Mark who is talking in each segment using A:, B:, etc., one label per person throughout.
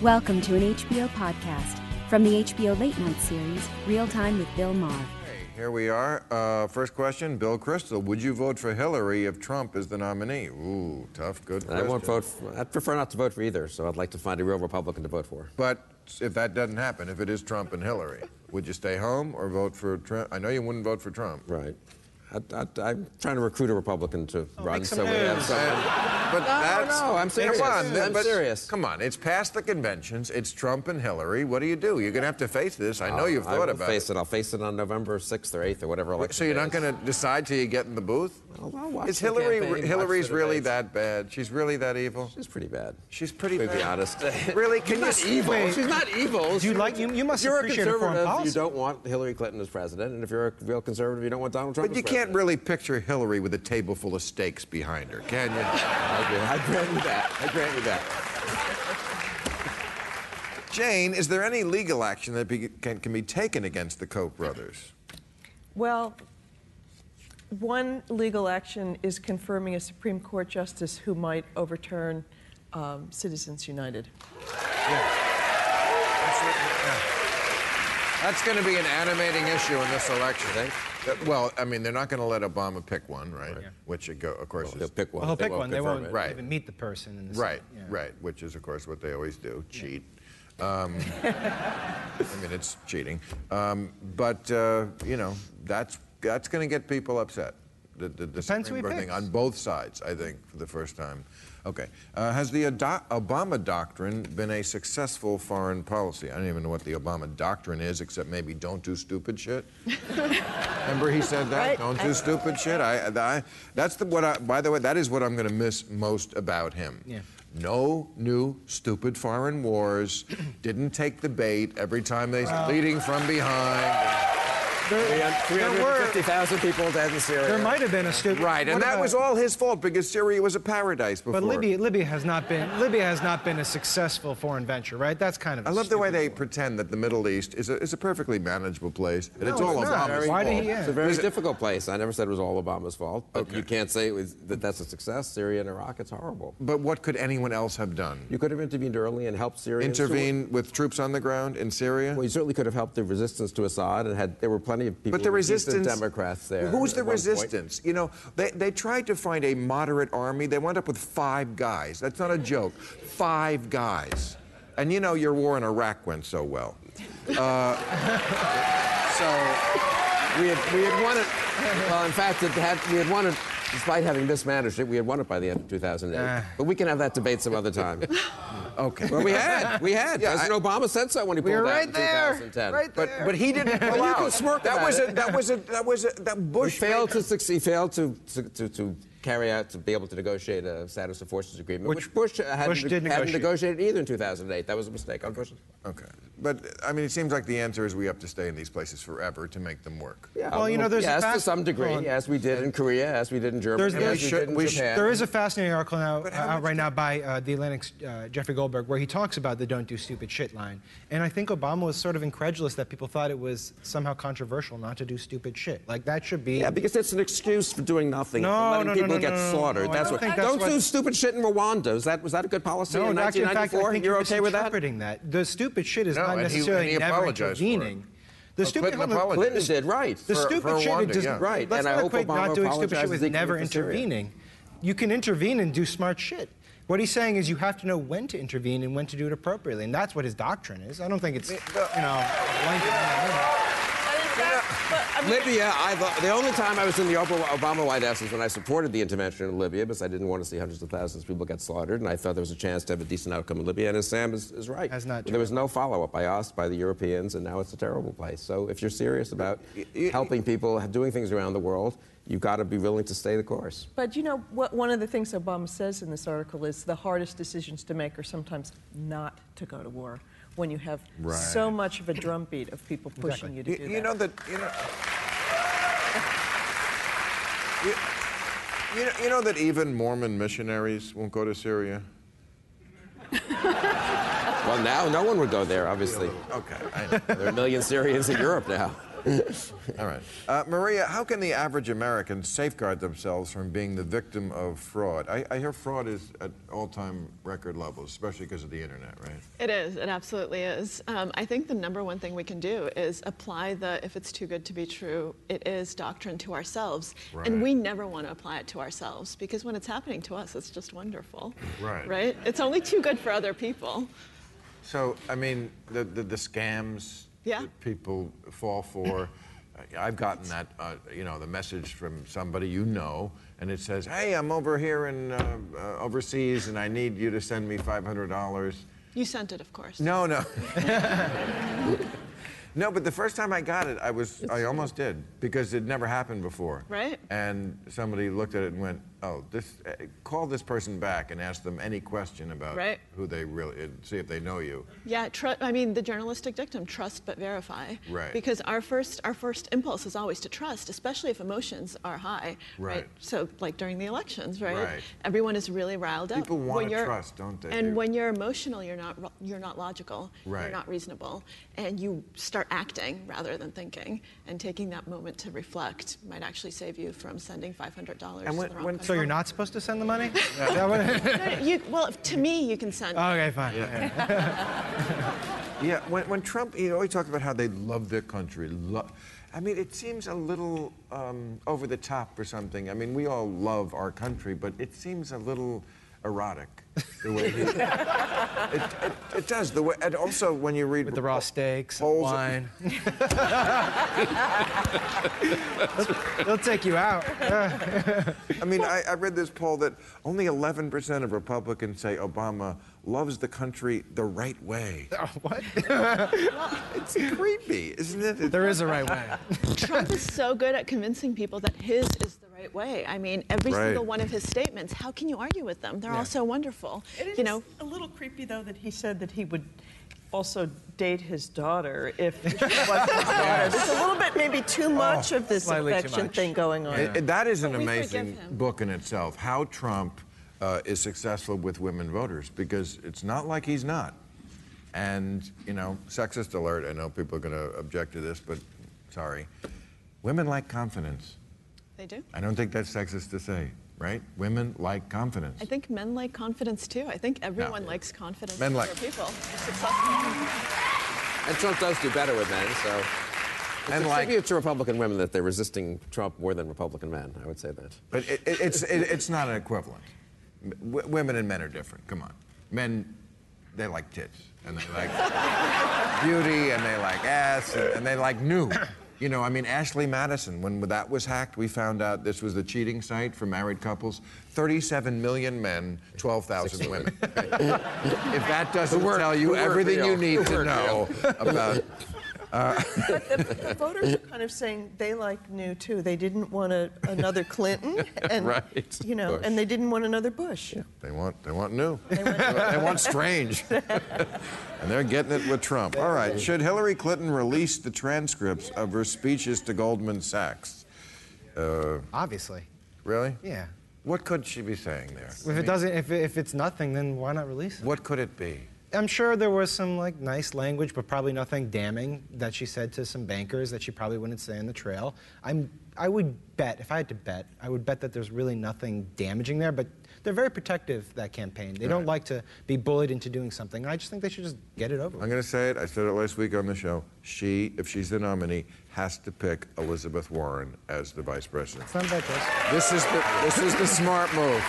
A: Welcome to an HBO podcast from the HBO Late Night series, Real Time with Bill Maher.
B: Okay, Here we are. Uh, first question, Bill Crystal. Would you vote for Hillary if Trump is the nominee? Ooh, tough, good
C: And I
B: question.
C: won't vote. For, I'd prefer not to vote for either. So I'd like to find a real Republican to vote for.
B: But if that doesn't happen, if it is Trump and Hillary, would you stay home or vote for Trump? I know you wouldn't vote for Trump.
C: Right. I, I, I'm trying to recruit a Republican to run.
D: Oh, make some
C: So we have
D: moves.
C: some.
B: And- but that's,
C: no, I'm serious.
B: Come on,
C: I'm
B: but-
C: serious.
B: Come on, it's past the conventions. It's Trump and Hillary. What do you do? You're going to have to face this. I know you've
C: Oh, I
B: thought
C: will
B: about
C: face
B: it.
C: it. I'll face it on November 6th or 8th or whatever. election
B: So you're
C: day
B: not
C: is.
B: going to decide till you get in the booth?
C: I'll- I'll watch
B: is
C: the
B: Hillary
C: campaign, watch the
B: Hillary's really
C: debates.
B: that bad? She's really that evil?
C: She's pretty bad.
B: She's pretty
C: To
B: bad.
C: be honest.
B: Really?
C: She's
B: Can
C: not
B: you
C: evil. She's not evil.
D: Do
C: She-
D: you like- you- you must
C: if you're
D: appreciate
C: a
D: her foreign
C: conservative,
D: policy.
C: You don't want Hillary Clinton as president, and if you're a real conservative, you don't want Donald Trump.
B: But
C: as
B: you can't
C: president.
B: really picture Hillary with a table full of steaks behind her, can you?
C: I, agree. I grant you that. I grant you that.
B: Jane, is there any legal action that be, can, can be taken against the Koch brothers?
E: Well, one legal action is confirming a Supreme Court justice who might overturn um, Citizens United.
B: That's going to be an animating issue in this election.
C: Think?
B: Uh, Well, I mean, they're not going to let Obama pick one, right? Which, it go, of course,
C: He'll
B: is
C: pick one.
D: Well, he'll
C: They
D: pick
C: won't
D: one. They
C: confirm
D: won't
C: it.
B: Right.
D: even meet the person. In the
B: right,
D: Senate. Yeah.
B: right. Which is, of course, what they always do: cheat. Um, I mean, it's cheating. Um, but uh, you know, that's that's going to get people upset. The, the, the
D: Depends
B: Supreme
D: who he
B: Court thing
D: picks.
B: on both sides, I think, for the first time. Okay, uh, has the Ado- Obama doctrine been a successful foreign policy? I don't even know what the Obama doctrine is, except maybe don't do stupid shit. Remember he said that?
E: Right.
B: Don't do stupid shit. I, I, that's the what I, by the way, that is what I'm going to miss most about him.
D: Yeah.
B: No new stupid foreign wars. Didn't take the bait every time they leading from behind.
D: There were-
C: 350,000 people dead in Syria.
D: There might have been a student.
B: Right, and
D: What
B: that
D: about-
B: was all his fault because Syria was a paradise before.
D: But Libya, Libya has not been Libya has not been a successful foreign venture, right? That's kind of.
B: I
D: a
B: love the way they
D: stupid war.
B: pretend that the Middle East is a, is a perfectly manageable place, and it's
D: No,
B: all
D: it's not.
B: Obama's
D: Why
B: fault.
D: did he- yeah.
C: It's a very difficult place. I never said it was all Obama's fault, but you can't say it was, that that's a success. Syria and Iraq, it's horrible.
B: But what could anyone else have done?
C: You could have intervened early and helped Syria.
B: Intervene with troops on the ground in Syria?
C: Well, you certainly could have helped the resistance to Assad, and had there were plenty of people.
B: But the
C: who were decent
B: resistance.
C: Democrats there.
B: Who's the
C: at one point.
B: resistance? You know, they, they tried to find a moderate army. They wound up with five guys. That's not a joke. Five guys. And you know, your war in Iraq went so well. Uh, so,
C: We had, we had won it. Well, in fact, it had, we had won it despite having mismanaged it. We had won it by the end of 2008.
D: Ah.
C: But we can have that debate some other time.
B: okay.
C: well, we had. We had.
B: Yeah,
C: President Obama said so when he pulled
D: We were
C: out
D: right
C: in
D: there,
C: 2010.
D: right
B: But, but he didn't
C: But
B: pull
C: you
B: out.
C: can smirk
B: that
C: about
B: was a
C: it.
B: that was a that was a that
C: He
B: Bush
C: failed to succeed, he failed to, to, to, to carry out, to be able to negotiate a status of forces agreement, which,
D: Which
C: Bush hadn't,
D: Bush did
C: hadn't
D: negotiate.
C: negotiated either in 2008. That was a mistake on Bush's part.
B: Okay, but I mean, it seems like the answer is we have to stay in these places forever to make them work.
C: Yeah,
D: Well, you know, there's a
C: yes, to
D: fact-
C: some degree,
D: hold on.
C: as we did in Korea, as we did in Germany,
D: There's-
C: as
D: there's-
C: we
B: should-
C: did in
B: we should-
C: Japan.
D: There is a fascinating article now,
B: But how
D: out
B: much
D: right now by uh, the Atlantic's uh, Jeffrey Goldberg, where he talks about the "Don't do stupid shit" line, and I think Obama was sort of incredulous that people thought it was somehow controversial not to do stupid shit. Like that should be.
C: Yeah, because it's an excuse for doing nothing,
D: No,
C: for letting
D: no, no,
C: people
D: no,
C: get
D: no, no,
C: slaughtered.
D: no, I
C: that's
D: don't
C: what.
D: think that's
C: don't do
D: what-
C: stupid shit in Rwanda. Is that was that a good policy
D: no,
C: in
D: doc- in fact, I
C: 1994?
D: think
C: You're
D: you're
C: okay with that?
D: misinterpreting that. The stupid shit is
B: No,
D: not
B: and he-
D: necessarily
B: and he
D: never
B: apologized for it.
D: intervening. The
B: Well,
D: stupid
B: Clinton apologized.
C: Clinton did right.
D: The
B: For-
D: stupid
B: for
D: shit
B: Rwanda,
D: is
B: yeah.
C: Right,
D: Let's
C: and I
D: not
C: hope
D: equate not
C: Obama
D: doing stupid shit
C: apologizes
D: with
C: equally
D: never
C: for Syria.
D: intervening. You can intervene and do smart shit. What he's saying is you have to know when to intervene and when to do it appropriately, and that's what his doctrine is. I don't think it's you know. blanket on the middle.
E: But in fact, but, I mean,
C: Libya, I, vo- the only time I was in the Obama, Obama White House was when I supported the intervention in Libya because I didn't want to see hundreds of thousands of people get slaughtered, and I thought there was a chance to have a decent outcome in Libya. And as Sam is, is right,
D: Has not
C: there was no follow up by us, by the Europeans, and now it's a terrible place. So if you're serious about helping people, doing things around the world, you've got to be willing to stay the course.
E: but you know, what, one of the things Obama says in this article is the hardest decisions to make are sometimes not to go to war when you have so much of a drumbeat of people pushing you to
B: You,
E: do
B: you
E: that.
B: know that you know. You- You know, you know that even Mormon missionaries won't go to Syria?
C: Well, now no one would go there, obviously.
B: Okay, I know.
C: There are a million Syrians in Europe now.
B: All right. Uh, Maria, how can the average American safeguard themselves from being the victim of fraud? I, I hear fraud is at all time record levels, especially because of the internet, right?
F: It is. It absolutely is. Um, I think the number one thing we can do is apply the if it's too good to be true, it is doctrine to ourselves.
B: Right.
F: And we never want to apply it to ourselves because when it's happening to us, it's just wonderful.
B: Right.
F: Right? It's only too good for other people.
B: So, I mean, the, the, the scams
F: Yeah.
B: that people fall for. I- I've gotten that, uh, you know, the message from somebody you know, and it says, "Hey, I'm over here in uh, uh, overseas, and I need you to send me $500."
F: You sent it, of course.
B: No, no. no, but the first time I got it, I was I almost did because it never happened before.
F: Right.
B: And somebody looked at it and went, "Oh, this uh, call this person back and ask them any question about
F: Right.
B: who they really and see if they know you."
F: Yeah, tru- I mean the journalistic dictum: trust but verify.
B: Right.
F: Because our first our first impulse is always to trust, especially if emotions are high.
B: Right.
F: So like during the elections, right?
B: Right.
F: Everyone is really riled up.
B: People
F: When
B: wanna
F: you're-
B: trust, don't they?
F: And
B: They-
F: when you're emotional, you're not ro- you're not logical.
B: Right.
F: You're not reasonable, and you start acting rather than thinking. And taking that moment to reflect might actually save you from sending $500
B: And when-
F: to the wrong
B: when-
F: country.
D: So you're not supposed to send the money? That would-
F: No, no, you, well, to me, you can send.
D: okay, fine. Yeah.
B: Yeah, when, when Trump, he always talked about how they love their country. Lo- I mean, it seems a little um, over the top or something. I mean, we all love our country, but it seems a little erotic the way he. it, it, it does. The way, and also when you read
D: With the raw steaks, and
B: polls-
D: wine. they'll, they'll take you out.
B: I mean, I, I read this poll that only 11% of Republicans say Obama loves the country the right way.
D: what?
B: It's creepy, isn't it? It-
D: There is a right way.
F: Trump is so good at convincing people that his is the right way. I mean, every
B: Right.
F: single one of his statements, how can you argue with them? They're all so wonderful.
E: It is
F: You know,
E: a little creepy though that he said that he would also date his daughter if she wasn't his daughter. There's a little bit, maybe too much of this
D: slightly too
E: affection
D: much.
E: thing going on.
B: Oh. It- it- that is an
F: But we forgive
B: amazing
F: him.
B: book in itself. How Trump uh, is successful with women voters because it's not like he's not. And you know, sexist alert. I know people are going to object to this, but sorry, women like confidence.
F: they do.
B: I don't think that's sexist to say, right? Women like confidence.
F: I think men like confidence too. I think everyone likes confidence.
B: Men
F: in
B: like-
F: other people. Successful.
C: And Trump does do better with men, so. It's
B: And
C: a
B: like-
C: tribute to Republican women that they're resisting Trump more than Republican men. I would say that.
B: But it, it, it's it, it's not an equivalent. M- W- women and men are different. Come on, men, they like tits and they like beauty and they like ass and, and they like new. You know, I mean, Ashley Madison. When that was hacked, we found out this was the cheating site for married couples. 37 million men, 12,000 women. if that doesn't tell you
C: the word
B: everything you
C: real.
B: need
C: The
B: to
C: word
B: know about
E: But the, the voters are kind of saying they like new too. They didn't want a, another Clinton, and
C: Right.
E: you know,
C: Bush.
E: and they didn't want another Bush.
B: They want they want new. They want, strange. and they're getting it with Trump. All right. Should Hillary Clinton release the transcripts of her speeches to Goldman Sachs?
D: Obviously.
B: Really?
D: Yeah.
B: What could she be saying there?
D: If it doesn't, if, it- if it's nothing, then why not release it?
B: What could it be?
D: I'm sure there was some like nice language, but probably nothing damning that she said to some bankers that she probably wouldn't say in the trail. I'm, I would bet, if I had to bet, I would bet that there's really nothing damaging there. But they're very protective that campaign. They don't like to be bullied into doing something. I just think they should just get it over.
B: I'm
D: with.
B: going to say it. I said it last week on the show. She, if she's the nominee, has to pick Elizabeth Warren as the vice president.
D: It's not about this.
B: This is the this is the smart move.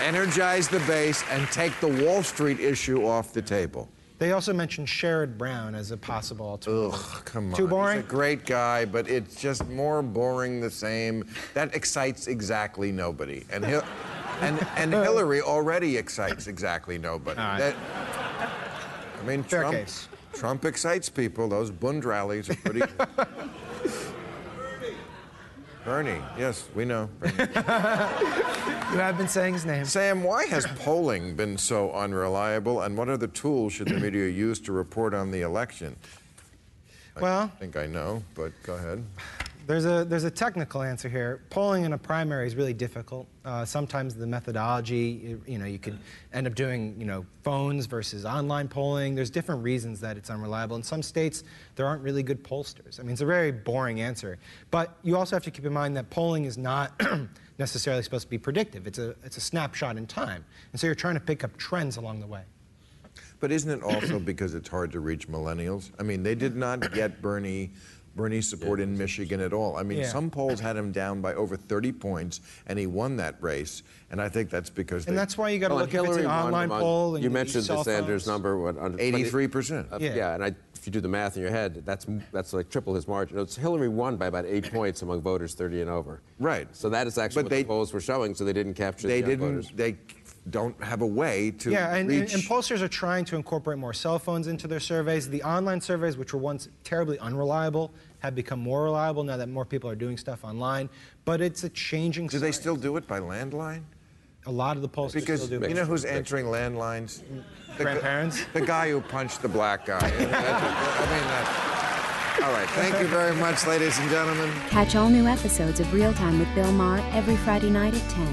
B: Energize the base and take the Wall Street issue off the table.
D: They also mentioned Sherrod Brown as a possible alternative.
B: Ugh, come on.
D: Too boring?
B: He's a great guy, but it's just more boring the same. That excites exactly nobody. And Hil- and and Hillary already excites exactly nobody.
D: All right.
B: That- I mean,
D: Fair
B: Trump,
D: case.
B: Trump excites people. Those Bund rallies are pretty. Bernie, yes, we know. Bernie.
D: You have been saying his name.
B: Sam, why has polling been so unreliable, and what other tools should the media use to report on the election?
D: Well,
B: I think I know, but go ahead.
D: There's a there's a technical answer here. Polling in a primary is really difficult. Uh, sometimes the methodology, you, you know, you could end up doing you know phones versus online polling. There's different reasons that it's unreliable. In some states, there aren't really good pollsters. I mean, it's a very boring answer. But you also have to keep in mind that polling is not necessarily supposed to be predictive. It's a it's a snapshot in time, and so you're trying to pick up trends along the way.
B: But isn't it also because it's hard to reach millennials? I mean, they did not get Bernie Bernie support in Michigan at all. I mean,
D: Yeah.
B: some polls had him down by over 30 points, and he won that race. And I think that's because
D: And
B: they,
D: that's why you got to
C: Well, and
D: look if it's an
C: Hillary won
D: online
C: among-
D: poll. And
C: you mentioned
D: cell
C: the Sanders
D: phones.
C: number. What, under
B: 83%.
C: Uh,
D: Yeah.
C: yeah. and I, if you do the math in your head, that's that's like triple his margin. It's Hillary won by about eight points among voters 30 and over.
B: Right.
C: So that is actually
B: But
C: what
B: they-
C: the polls were showing. So they didn't capture.
B: they
C: the young
B: didn't
C: Voters.
B: they don't have a way to
D: Yeah, and, and,
B: reach.
D: and pollsters are trying to incorporate more cell phones into their surveys. The online surveys, which were once terribly unreliable, have become more reliable now that more people are doing stuff online. But it's a changing.
B: do they
D: science.
B: still do it by landline?
D: A lot of the pollsters
B: Because
D: still do.
B: you know who's
C: Mixed.
B: answering landlines? The, gu-
D: grandparents.
B: the guy who punched the black guy. I mean, that's- all right. Thank you very much, ladies and gentlemen.
A: Catch all new episodes of Real Time with Bill Maher every Friday night at 10,